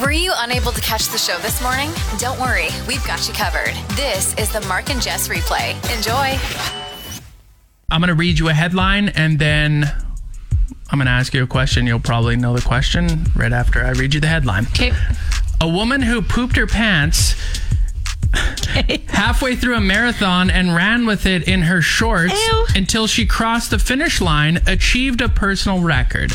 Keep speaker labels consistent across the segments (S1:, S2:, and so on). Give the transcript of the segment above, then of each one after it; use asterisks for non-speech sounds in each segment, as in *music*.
S1: Were you unable to catch the show this morning? Don't worry, we've got you covered. This is the Mark and Jess replay. Enjoy.
S2: I'm going to read you a headline and then I'm going to ask you a question. You'll probably know the question right after I read you the headline.
S3: Okay.
S2: A woman who pooped her pants halfway through a marathon and ran with it in her shorts
S3: Ew.
S2: until she crossed the finish line achieved a personal record.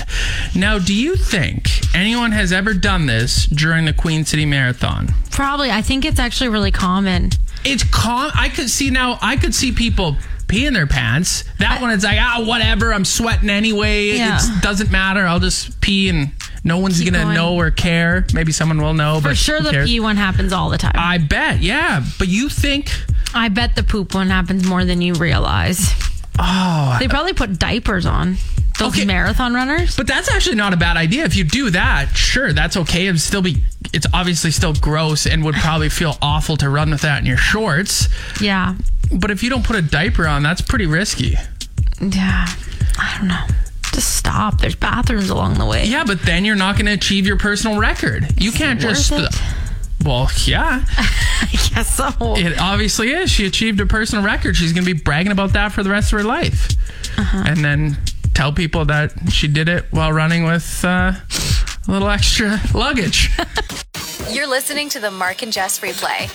S2: Now, do you think anyone has ever done this during the Queen City Marathon?
S3: Probably. I think it's actually really common.
S2: it's calm. I could see now. I could see people peeing their pants. That one, it's like ah, whatever. I'm sweating anyway.
S3: Yeah.
S2: It doesn't matter. I'll just pee, and no one's
S3: Keep
S2: gonna
S3: going.
S2: know or care. Maybe someone will know,
S3: For
S2: but
S3: sure,
S2: who
S3: the
S2: cares? Uh,
S3: pee one happens all the time. I,
S2: I bet, yeah. But you think?
S3: bet the poop one happens more than you realize. Oh. They probably put diapers on. Those
S2: Okay.
S3: marathon runners.
S2: But that's actually not a bad idea. If you do that, sure, that's okay. It'd still be. It's obviously still gross and would
S3: *laughs*
S2: probably feel awful to run with that in your shorts.
S3: yeah.
S2: But if you don't put a diaper on, that's pretty risky.
S3: Yeah. I don't know. Just stop. There's bathrooms along the way.
S2: Yeah, but then you're not going to achieve your personal record. You can't just.
S3: worth it?
S2: Well, yeah,
S3: *laughs* Yes, so.
S2: it obviously is. She achieved a personal record. She's going to be bragging about that for the rest of her life, and then tell people that she did it while running with uh, a little extra luggage. *laughs*
S1: You're listening to the Mark and Jess replay.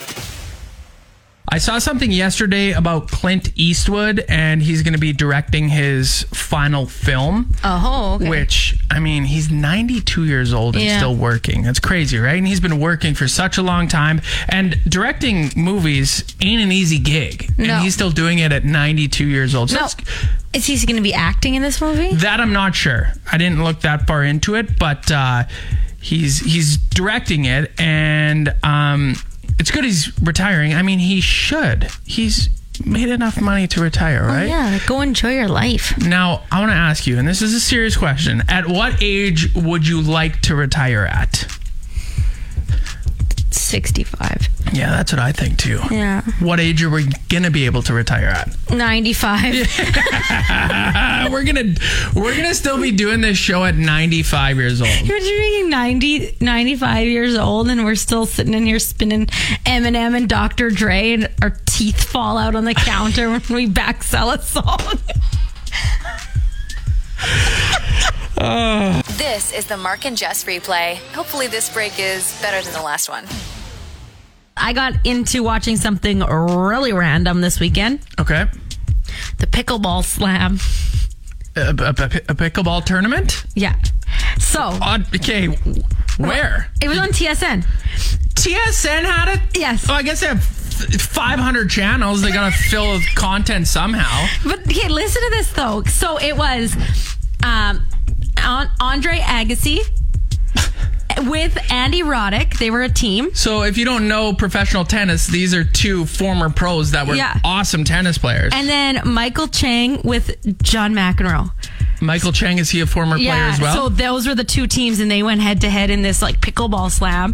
S2: I saw something yesterday about Clint Eastwood, and he's going to be directing his final film.
S3: Oh, okay.
S2: Which, I mean, he's 92 years old and
S3: Yeah.
S2: still working. That's crazy, right? And he's been working for such a long time. And directing movies ain't an easy gig.
S3: No.
S2: And he's still doing it at 92 years old. So
S3: No.
S2: it's-
S3: Is he going to be acting in this movie?
S2: that I'm not sure. I didn't look that far into it, but uh, he's he's directing it, and um, it's good he's retiring. I mean, he should. He's made enough money to retire, right?
S3: Oh, Yeah. like, go enjoy your life.
S2: Now, I want to ask you, and this is a serious question. At what age would you like to retire at?
S3: 65.
S2: Yeah, that's what I think too.
S3: Yeah.
S2: What age are we gonna be able to retire at?
S3: 95.
S2: Uh, we're gonna we're gonna still be doing this show at 95 years old.
S3: Imagine being 90, 95 years old and we're still sitting in here spinning Eminem and Dr. Dre and our teeth fall out *laughs* on the counter when we back sell a song.
S1: This is the Mark and Jess replay. Hopefully, this break is better than the last one.
S3: *laughs* I got into watching something really random this weekend
S2: Okay,
S3: the Pickleball Slam.
S2: a, a- a- a pickleball tournament.
S3: Yeah. So
S2: On, okay, where
S3: it was on TSN.
S2: TSN had it?
S3: Yes.
S2: Oh, I guess they have f- 500 channels. They gotta fill with content somehow.
S3: But okay, listen to this though. So it was um, An- Andre
S2: *laughs*
S3: Agassi with Andy Roddick. They were a team.
S2: So if you don't know professional tennis, these are two former pros that were
S3: Yeah.
S2: awesome tennis players.
S3: And then Michael Chang with John McEnroe.
S2: Michael Chang is he a former player as well?
S3: So those were the two teams, and they went head to head in this like pickleball slam.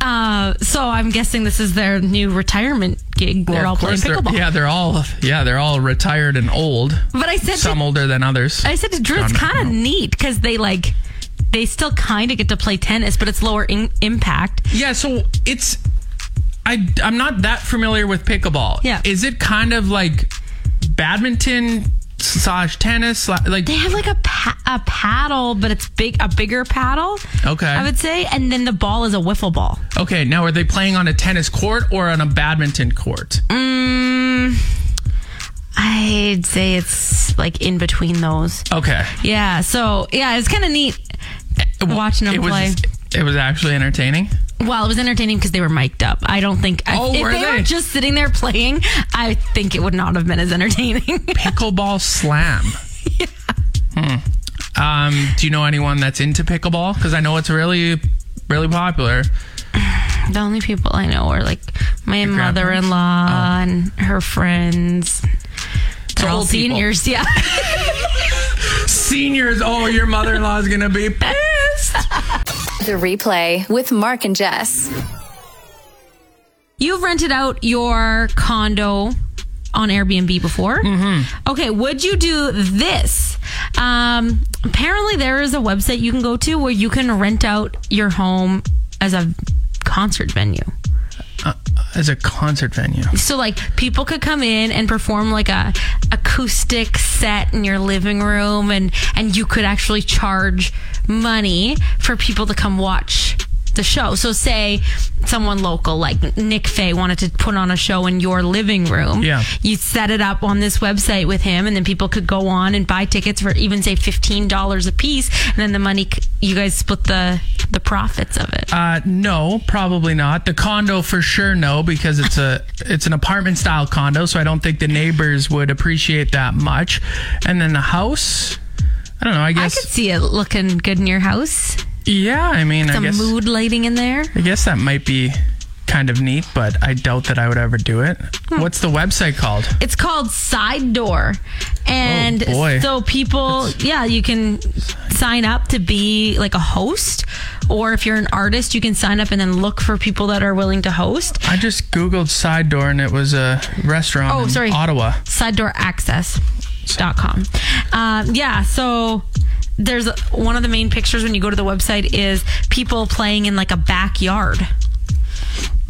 S3: Uh, so I'm guessing this is their new retirement gig. They're
S2: Well,
S3: all
S2: of
S3: playing
S2: course they're-
S3: pickleball.
S2: yeah, they're all yeah, they're all retired and old.
S3: But I said
S2: Some
S3: to,
S2: older than others.
S3: I said to Drew, it's
S2: John
S3: kind of
S2: McEnroe.
S3: neat because they like they still kind of get to play tennis, but it's lower in- impact.
S2: yeah, so it's I I'm not that familiar with pickleball.
S3: Yeah.
S2: Is it kind of like badminton slash tennis slash, like
S3: They have like a pa- a paddle, but it's big a bigger paddle.
S2: Okay.
S3: I would say, and then the ball is a wiffle ball.
S2: Okay, now are they playing on a tennis court or on a badminton court?
S3: Mm, I'd say it's like in between those.
S2: Okay.
S3: Yeah. So yeah, it's kind of neat uh, watching them
S2: it was,
S3: play.
S2: It was actually entertaining.
S3: Well, it was entertaining because they were mic'd up. I don't think I-
S2: Oh,
S3: if
S2: were
S3: they, were
S2: they?
S3: just sitting there playing, I *laughs* think it would not have been as entertaining.
S2: Pickleball slam. Hmm. Um, do you know anyone that's into pickleball? Because I know it's really, really popular.
S3: The only people I know are like my
S2: grandparents? Oh.
S3: mother in law and her friends. They're all
S2: old people. *laughs*
S3: seniors, yeah. *laughs*
S2: Seniors, oh, your mother in law is going to
S3: *laughs*
S2: be pissed.
S1: The replay with Mark and Jess.
S3: You've rented out your condo on Airbnb before. Mm-hmm. Okay, would you do this? Um, apparently, there is a website you can go to where you can rent out your home as a concert venue.
S2: As a concert venue.
S3: So like people could come in and perform like a acoustic set in your living room and and you could actually charge money for people to come watch the show. So say someone local like Nick Faye wanted to put on a show in your living room.
S2: Yeah.
S3: You set it up on this website with him and then people could go on and buy tickets for even say $15 a piece and then the money c- you guys split the the profits of it.
S2: Uh, no, probably not. The condo for sure, no, because it's a it's an apartment style condo, so I don't think the neighbors would appreciate that much. And then the house, I don't know. I
S3: I
S2: guess
S3: could see it looking good in your house.
S2: yeah. I mean, I
S3: Some
S2: guess
S3: mood lighting in there.
S2: I guess that might be kind of neat, but I doubt that I would ever do it.
S3: Hmm.
S2: What's the website called?
S3: It's called Side Door. And
S2: Oh, boy.
S3: so people, yeah, you can sign up to be like a host. Or if you're an artist, you can sign up and then look for people that are willing to host.
S2: I just googled side door and it was a restaurant
S3: Oh,
S2: in
S3: sorry.
S2: Ottawa.
S3: SideDoorAccess.com. Um, yeah, so there's one of the main pictures when you go to the website is people playing in like a backyard.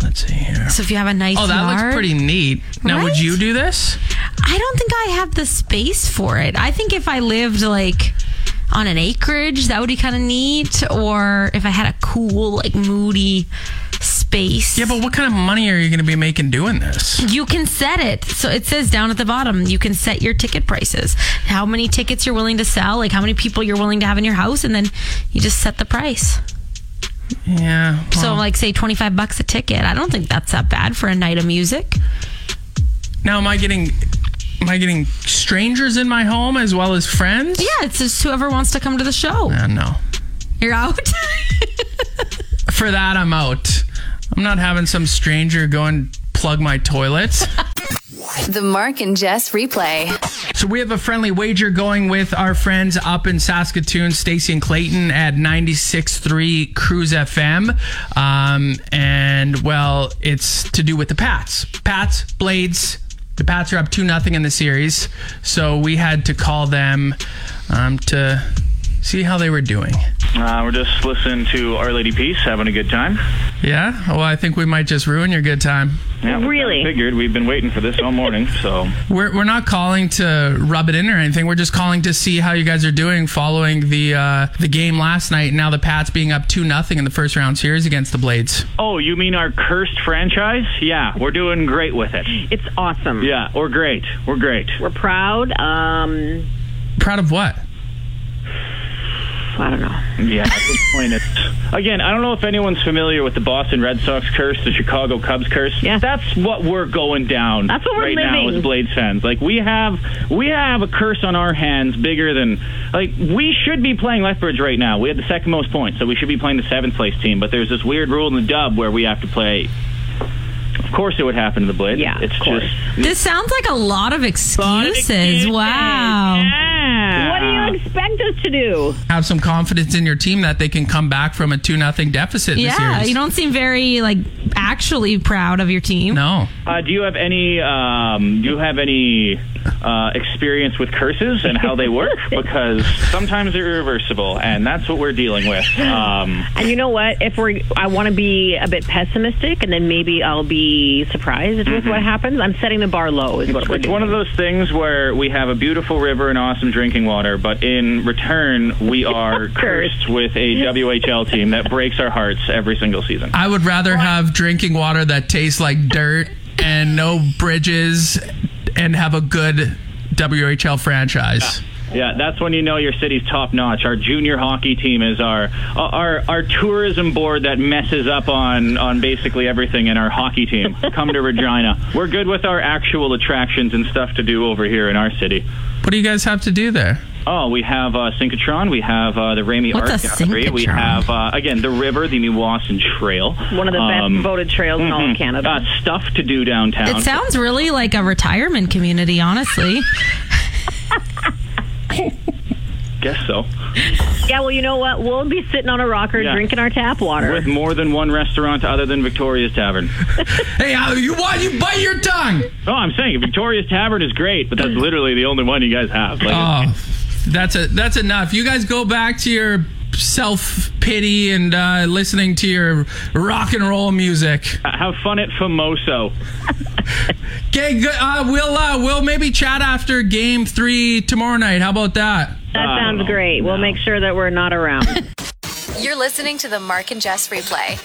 S2: Let's see here.
S3: So if you have a nice
S2: Oh, that
S3: yard,
S2: looks pretty neat. Now, would
S3: Right?
S2: you do this?
S3: I don't think I have the space for it. I think if I lived like on an acreage, that would be kind of neat. Or if I had a cool, like moody space.
S2: Yeah, but what kind of money are you going to be making doing this?
S3: you can set it. So it says down at the bottom, you can set your ticket prices, how many tickets you're willing to sell, like how many people you're willing to have in your house, and then you just set the price.
S2: Yeah.
S3: So
S2: well-
S3: like say 25 bucks a ticket. I don't think that's that bad for a night of music.
S2: Now, am I getting am I getting strangers in my home as well as friends?
S3: Yeah, it's just whoever wants to come to the show.
S2: Uh, no.
S3: You're out. *laughs*
S2: For that, I'm out. I'm not having some stranger go and plug my toilet.
S1: The Mark and Jess replay.
S2: so we have a friendly wager going with our friends up in Saskatoon, Stacy and Clayton at 96.3 Cruise FM. Um, and well, it's to do with the Pats. Pats, Blades. The Pats are up 2 nothing in the series. So we had to call them um, to see how they were doing.
S4: Uh, we're just listening to Our Lady Peace, having a good time.
S2: Yeah. Well, I think we might just ruin your good time.
S4: Yeah, we
S5: Really?
S4: Figured we've been waiting for this all morning, so
S2: We're, we're not calling to rub it in or anything. We're just calling to see how you guys are doing following the uh, the game last night. Now the Pats being up two nothing in the first round series against the Blades.
S4: Oh, you mean our cursed franchise? Yeah, we're doing great with it.
S5: It's awesome.
S4: Yeah, we're great. We're great.
S5: We're proud. Um,
S2: Proud of what?
S5: I don't know.
S4: Yeah, at this point, it's again. I don't know if anyone's familiar with the Boston Red Sox curse, the Chicago Cubs curse.
S5: Yeah.
S4: that's what we're going down.
S5: That's what we're
S4: right now
S5: living.
S4: as Blades fans. Like we have, we have a curse on our hands bigger than like we should be playing Lethbridge right now. We had the second most points, so we should be playing the seventh place team. But there's this weird rule in the dub where we have to play. Of course, it would happen to the Blades.
S5: Yeah,
S4: it's
S5: of course.
S4: just
S3: this sounds like a lot of excuses. Wow.
S4: Yeah.
S5: What do you expect us to do?
S2: Have some confidence in your team that they can come back from a two nothing deficit. In the
S3: Yeah,
S2: series.
S3: you don't seem very like actually proud of your team.
S2: No.
S4: Uh, do you have any? Um, do you have any uh, experience with curses and how they work? because sometimes they're irreversible, and that's what we're dealing with. Um,
S5: And you know what? If we're, I want to be a bit pessimistic, and then maybe I'll be surprised with what happens. I'm setting the bar low. Is what
S4: Mm-hmm.
S5: we're
S4: it's
S5: doing.
S4: one of those things where we have a beautiful river and awesome drinking water, but in return, we are cursed with a WHL team that breaks our hearts every single season.
S2: I would rather have drinking water that tastes like dirt and no bridges and have a good WHL franchise.
S4: Yeah, that's when you know your city's top notch. Our junior hockey team is our our our tourism board that messes up on on basically everything in our hockey
S3: *laughs*
S4: team. Come to Regina. We're good with our actual attractions and stuff to do over here in our city.
S2: What do you guys have to do there?
S4: Oh, we have uh, Synchrotron. We have uh, the Ramey
S3: What's
S4: Art
S3: a
S4: Gallery. We
S3: synchrotron?
S4: have uh, again the river, the Mewasan Trail.
S5: One of the
S4: Um,
S5: best voted trails in all of Canada.
S4: Uh, stuff to do downtown.
S3: It sounds really like a retirement community, honestly.
S4: Guess so.
S5: yeah, well, you know what? We'll be sitting on a rocker
S4: Yeah.
S5: drinking our tap water.
S4: With more than one restaurant other than Victoria's Tavern.
S2: Hey, uh, you why you bite your tongue?
S4: Oh, I'm saying Victoria's Tavern is great, but that's literally the only one you guys have. Like,
S2: Oh, that's a that's enough. You guys go back to your self pity and uh, listening to your rock and roll music.
S4: have fun at Famoso.
S2: Okay, good. Uh, we'll uh, we'll maybe chat after Game Three tomorrow night. How about that?
S5: that
S4: I don't
S5: sounds
S4: know.
S5: great. We'll make sure that we're not around.
S1: You're listening to the Mark and Jess replay.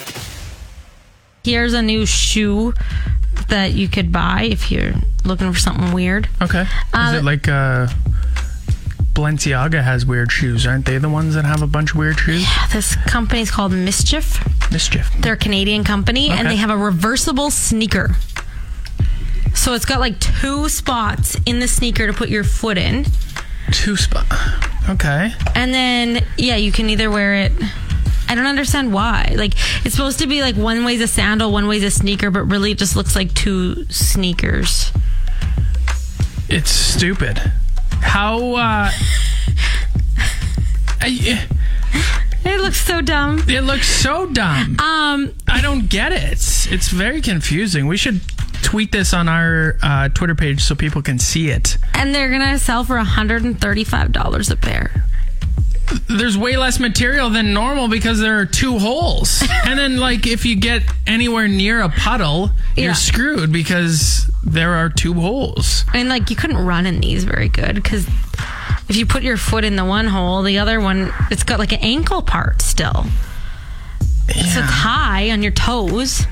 S3: Here's a new shoe that you could buy if you're looking for something weird.
S2: Okay. Is it like uh, Balenciaga has weird shoes? Aren't they the ones that have a bunch of weird shoes?
S3: This company's called Mischief.
S2: Mischief.
S3: They're a Canadian company and
S2: Okay.
S3: they have a reversible sneaker. So it's got like two spots in the sneaker to put your foot in.
S2: Two spot. Okay.
S3: And then, yeah, you can either wear it. I don't understand why. Like, it's supposed to be like one way's a sandal, one way's a sneaker, but really it just looks like two sneakers.
S2: It's stupid. How? Uh, I,
S3: It looks so dumb.
S2: it looks so dumb.
S3: Um,
S2: I don't get it. It's, it's very confusing. We should tweet this on our uh, Twitter page so people can see it.
S3: and they're gonna sell for $135 a pair.
S2: There's way less material than normal because there are two *laughs* holes. and then, like, if you get anywhere near a puddle,
S3: Yeah.
S2: you're screwed because there are two holes.
S3: And like, you couldn't run in these very good because if you put your foot in the one hole, the other one, it's got like an ankle part still. So it's high on your toes.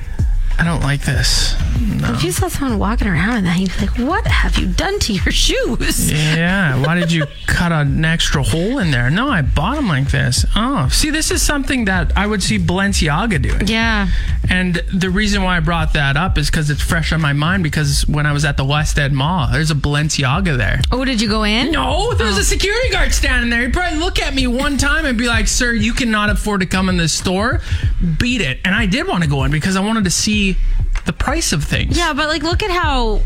S2: I don't like this.
S3: If you saw someone walking around in that, you'd be like, what have you done to your *laughs* shoes?
S2: Yeah, why did you *laughs* cut an extra hole in there? No, I bought them like this. Oh, see, this is something that I would see Balenciaga doing.
S3: Yeah.
S2: And the reason why I brought that up is because it's fresh on my mind. Because when I was at the West End Mall, there's a Balenciaga there.
S3: Oh, did you go in?
S2: No, there
S3: Oh.
S2: was a security guard standing there. He'd probably look at me one time and be like, "Sir, you cannot afford to come in this store. Beat it." And I did want to go in because I wanted to see the price of things.
S3: Yeah, but like, look at how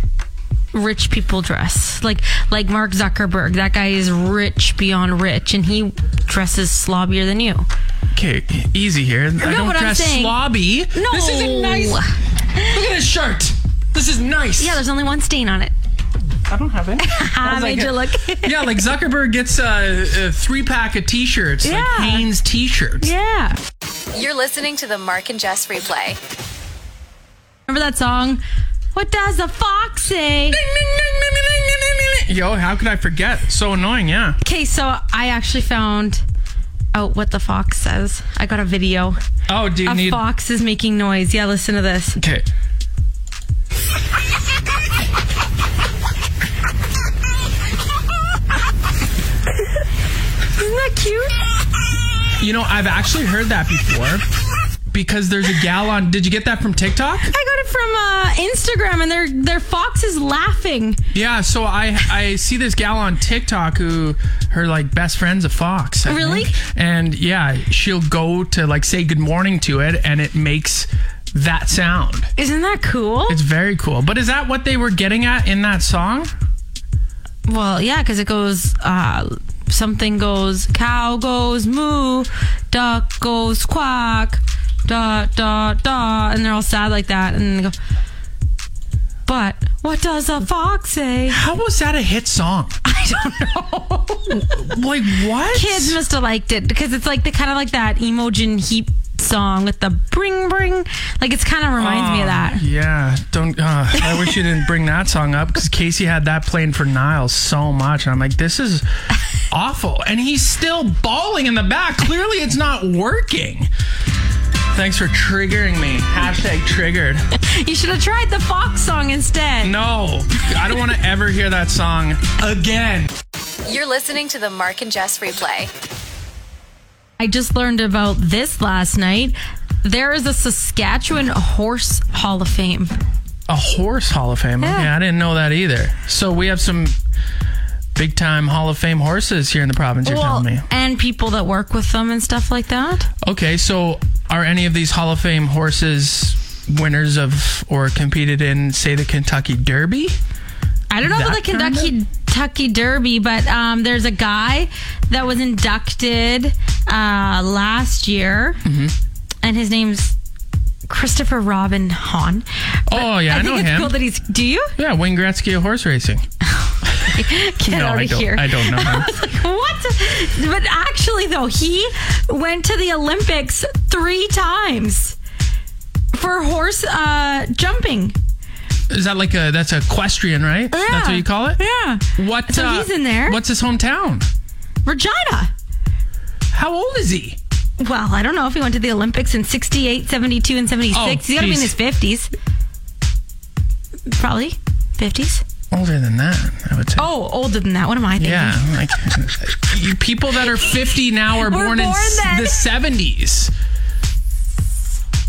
S3: rich people dress. Like, like Mark Zuckerberg. That guy is rich beyond rich, and he dresses slobbier than you.
S2: Okay, easy here. I
S3: know
S2: don't
S3: what I'm
S2: dress
S3: saying.
S2: slobby.
S3: No.
S2: this isn't nice. Look at this shirt. This is nice.
S3: Yeah, there's only one stain on it.
S2: I don't have it.
S3: *laughs* I made
S2: like
S3: you
S2: a-
S3: look.
S2: yeah, like Zuckerberg gets uh, a, a three pack of t-shirts, like
S3: Yeah.
S2: Hanes t-shirts.
S3: yeah.
S1: You're listening to the Mark and Jess replay.
S3: Remember that song? What does the fox say?
S2: Yo, how could I forget? So annoying, yeah.
S3: Okay, so I actually found out what the fox says. I got a video.
S2: Oh, do you
S3: A
S2: need?
S3: fox is making noise. Yeah, listen to this.
S2: Okay.
S3: Isn't that cute?
S2: You know, I've actually heard that before because there's a gal on. Did you get that from TikTok?
S3: I got it from uh, Instagram, and their their fox is laughing.
S2: Yeah. So I I see this gal on TikTok who her like best friend's a fox. I
S3: Really?
S2: think. And yeah, she'll go to like say good morning to it, and it makes that sound.
S3: Isn't that cool?
S2: It's very cool. But is that what they were getting at in that song?
S3: well, yeah, because it goes uh, something goes cow goes moo, duck goes quack, da da da, and they're all sad like that, and they go. But what does a fox say?
S2: How was that a hit song?
S3: I don't know.
S2: *laughs* Like what?
S3: Kids must have liked it because it's like the kind of like that emojin heap song with the bring bring. Like it's kind of reminds me of that.
S2: Yeah, don't. Uh, I wish you didn't bring that song up because Casey had that playing for Niles so much, and I'm like, this is awful. And he's still bawling in the back. Clearly, it's not working. Thanks for triggering me. Hashtag triggered.
S3: You should have tried the Fox song instead.
S2: No, I don't want to ever hear that song again.
S1: You're listening to the Mark and Jess replay.
S3: I just learned about this last night. There is a Saskatchewan Horse Hall of Fame.
S2: A horse Hall of Fame.
S3: Yeah.
S2: Yeah, I didn't know that either. So we have some big time Hall of Fame horses here in the province, you're
S3: well,
S2: telling me.
S3: and people that work with them and stuff like that.
S2: Okay, so are any of these Hall of Fame horses winners of or competed in, say, the Kentucky Derby?
S3: I don't know about the
S2: That kinda?
S3: Kentucky Kentucky Derby, but um, there's a guy that was inducted uh, last year,
S2: Mm-hmm.
S3: and his name's Christopher Robin Hahn.
S2: Oh, yeah, I,
S3: think
S2: know
S3: it's
S2: him.
S3: cool that he's. Do you?
S2: yeah, Wayne Gretzky of horse racing.
S3: Get
S2: *laughs* no,
S3: out
S2: I
S3: of
S2: don't.
S3: here.
S2: I don't know
S3: *laughs*
S2: him.
S3: What? But actually, though, he went to the Olympics three times for horse uh, jumping.
S2: Is that like a that's equestrian, right?
S3: Yeah.
S2: That's what you call it.
S3: Yeah.
S2: What?
S3: So
S2: uh,
S3: he's in there.
S2: What's his hometown?
S3: Regina.
S2: How old is he?
S3: Well, I don't know if he went to the Olympics in 68, 72, and 76.
S2: Oh,
S3: He's got to be in
S2: geez.
S3: his 50s. Probably 50s.
S2: Older than that, I would say.
S3: Oh, older than that. What am I thinking?
S2: Yeah, like uh, you people that are 50 now are
S3: We're
S2: born, in
S3: born
S2: s-
S3: then.
S2: the 70s.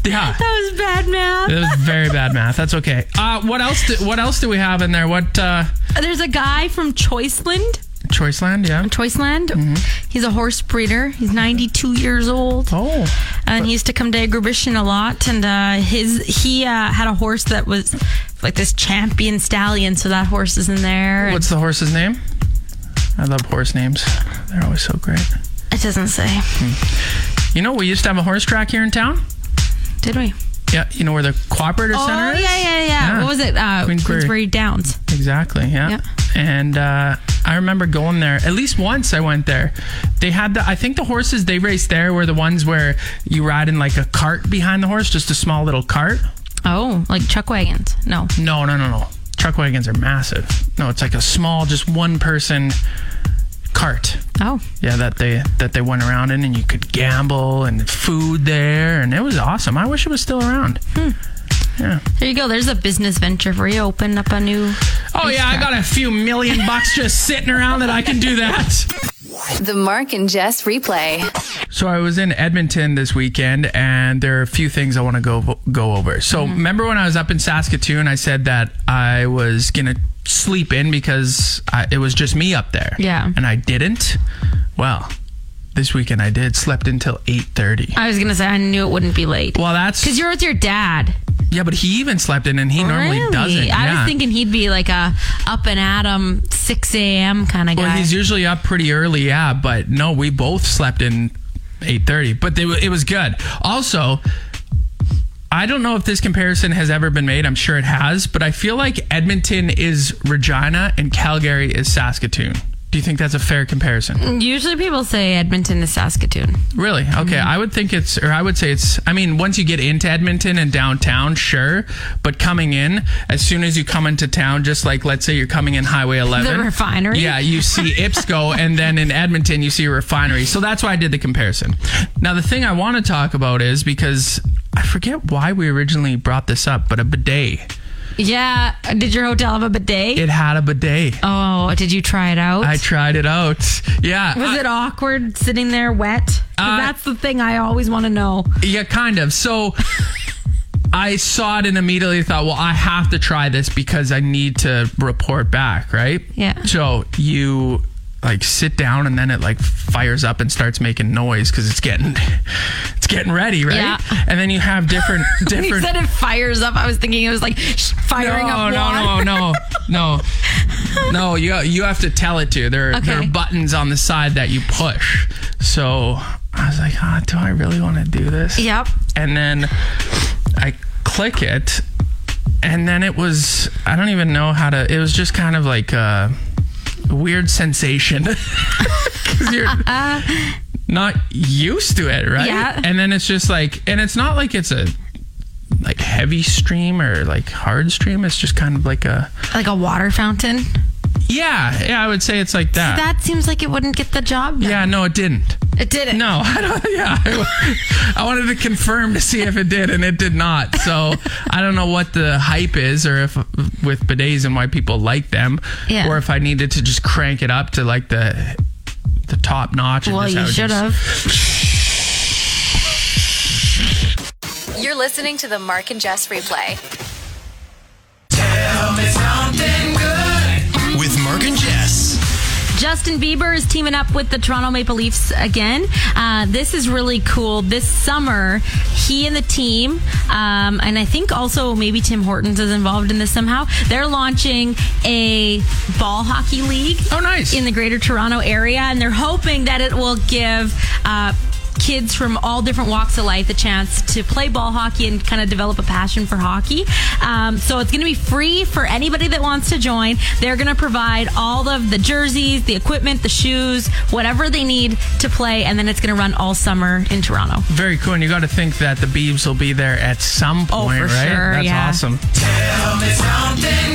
S2: Yeah.
S3: That was bad math.
S2: That was very bad math. That's okay. Uh, what else? Do, what else do we have in there? What uh,
S3: There's a guy from Choiceland.
S2: Choiceland? Yeah.
S3: Choiceland.
S2: Mm-hmm.
S3: He's a horse breeder. He's 92 years old.
S2: Oh,
S3: and he used to come to exhibition a lot. And uh, his he uh, had a horse that was like this champion stallion, so that horse is in there. and
S2: what's the horse's name? I love horse names. They're always so great.
S3: it doesn't say,
S2: You know, we used to have a horse track here in town.
S3: did we?
S2: Yeah, you know where the cooperative
S3: Oh
S2: center
S3: yeah,
S2: is.
S3: yeah, yeah, What was it? Uh,
S2: Queen Query.
S3: Queensbury Downs.
S2: Exactly. Yeah.
S3: Yeah.
S2: And uh, I remember going there at least once. I went there. They had the. I think the horses they raced there were the ones where you ride in like a cart behind the horse, just a small little cart.
S3: Oh, like chuck wagons? No.
S2: No, no, no, no. Truck wagons are massive. No, it's like a small, just one person cart.
S3: Oh,
S2: Yeah, that they that they went around in, and you could gamble and food there, and it was awesome. I wish it was still around.
S3: there you go. There's a business venture for you. Open up a new.
S2: Oh yeah, I got a few million bucks just sitting around that I can do *laughs* that.
S1: The Mark and Jess replay.
S2: So I was in Edmonton this weekend, and there are a few things I want to go go over. So
S3: Mm-hmm.
S2: remember when I was up in Saskatoon, I said that I was gonna sleep in because I, it was just me up there.
S3: Yeah.
S2: and I didn't. Well, this weekend I did. Slept until eight thirty.
S3: I was gonna say I knew it wouldn't be late.
S2: Well, that's
S3: Because you're with your dad.
S2: yeah, but he even slept in, and he normally
S3: Really?
S2: doesn't.
S3: I
S2: yeah.
S3: was thinking he'd be like a up and at 'em, 6 a.m. kind of guy.
S2: Well, he's usually up pretty early, yeah. But no, we both slept in eight thirty. But they, it was good. Also, I don't know if this comparison has ever been made. I'm sure it has, but I feel like Edmonton is Regina and Calgary is Saskatoon. Do you think that's a fair comparison?
S3: Usually people say Edmonton is Saskatoon.
S2: Really? Okay,
S3: Mm-hmm.
S2: I would think it's, or I would say it's. I mean, once you get into Edmonton and downtown, sure, but coming in as soon as you come into town, just like let's say you're coming in Highway 11,
S3: The refinery?
S2: Yeah, you
S3: *laughs*
S2: see Ipsco, and then in Edmonton, you see a refinery. So that's why I did the comparison. Now, the thing I want to talk about is because I forget why we originally brought this up, but a bidet.
S3: Yeah. Did your hotel have a bidet?
S2: It had a bidet.
S3: oh, did you try it out?
S2: I tried it out. Yeah.
S3: was it awkward sitting there wet? 'Cause
S2: Uh,
S3: that's the thing I always want to *laughs* know.
S2: Yeah, kind of.
S3: *laughs*
S2: So I saw it and immediately thought, well, I have to try this because I need to report back, right?
S3: Yeah.
S2: So you like sit down and then it like fires up and starts making noise because it's getting *laughs* it's getting ready, right?
S3: Yeah.
S2: And then you have
S3: *laughs*
S2: different
S3: When you
S2: different
S3: said it fires up, I was thinking it was like sh- firing
S2: no,
S3: up
S2: no,
S3: water.
S2: no, no, no, no. You you have to tell it to. There, there are
S3: Okay.
S2: buttons on the side that you push. So I was like, ah, do I really want to do this?
S3: *laughs* Yep.
S2: And then I click it, and then it was I don't even know how to. It was just kind of like a weird sensation *laughs* because you're. Not used to it, right?
S3: Yeah.
S2: And then it's just like, and it's not like it's a like heavy stream or like hard stream. It's just kind of like a
S3: Like a water fountain.
S2: yeah, yeah. I would say it's like that.
S3: That seems like it wouldn't get the job done.
S2: yeah, no, it didn't.
S3: It didn't.
S2: No, I don't. *laughs* Yeah, I, I wanted to confirm to see if it did, and it did not. So I don't know what the hype is, or if with bidets and why people like them,
S3: Yeah.
S2: or if I needed to just crank it up to like the the top notch. and
S3: Well,
S2: just
S3: you
S2: have it
S3: should
S2: just-
S3: have.
S1: You're listening to the Mark and Jess replay.
S6: With Mark and Jess.
S3: Justin Bieber is teaming up with the Toronto Maple Leafs again. Uh, this is really cool. This summer, he and the team, um, and I think also maybe Tim Hortons is involved in this somehow. They're launching a ball hockey league
S2: Oh, nice.
S3: in the greater Toronto area, and they're hoping that it will give uh, kids from all different walks of life the chance to play ball hockey and kind of develop a passion for hockey. Um, so it's going to be free for anybody that wants to join. They're going to provide all of the jerseys, the equipment, the shoes, whatever they need to play, and then it's going to run all summer in Toronto.
S2: Very cool. And you got to think that the Beebs will be there at some point,
S3: Oh, for
S2: right?
S3: sure,
S2: That's
S3: yeah.
S2: awesome.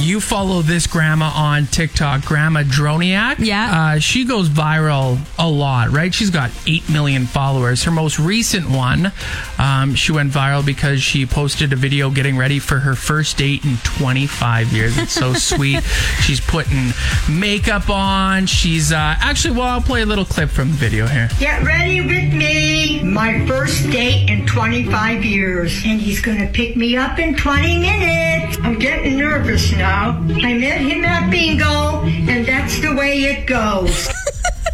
S2: You follow this grandma on TikTok, Grandma Droniak.
S3: Yeah.
S2: Uh, she goes viral a lot, right? She's got 8 million followers. Her most recent one, um, she went viral because she posted a video getting ready for her first date in 25 years. It's
S3: *laughs*
S2: so sweet. She's putting makeup on. She's uh, actually, well, I'll play a little clip from the video here.
S6: Get ready with me. My first date in 25 years. And he's going to pick me up in 20 minutes. I'm getting nervous now. I met him at bingo, and that's the way it goes.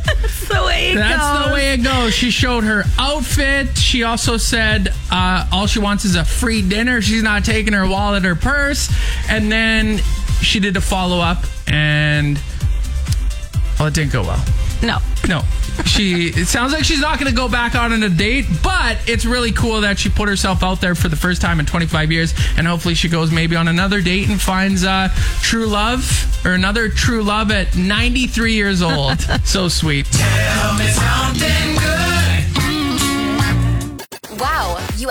S2: That's the way it goes. She showed her outfit. She also said uh, all she wants is a free dinner. She's not taking her wallet or purse. And then she did a follow up, and well, it didn't go well.
S3: No.
S2: No, she. It sounds like she's not going to go back out on a date, but it's really cool that she put herself out there for the first time in 25 years, and hopefully she goes maybe on another date and finds uh, true love or another true love at 93 years old. so sweet.
S1: Wow, you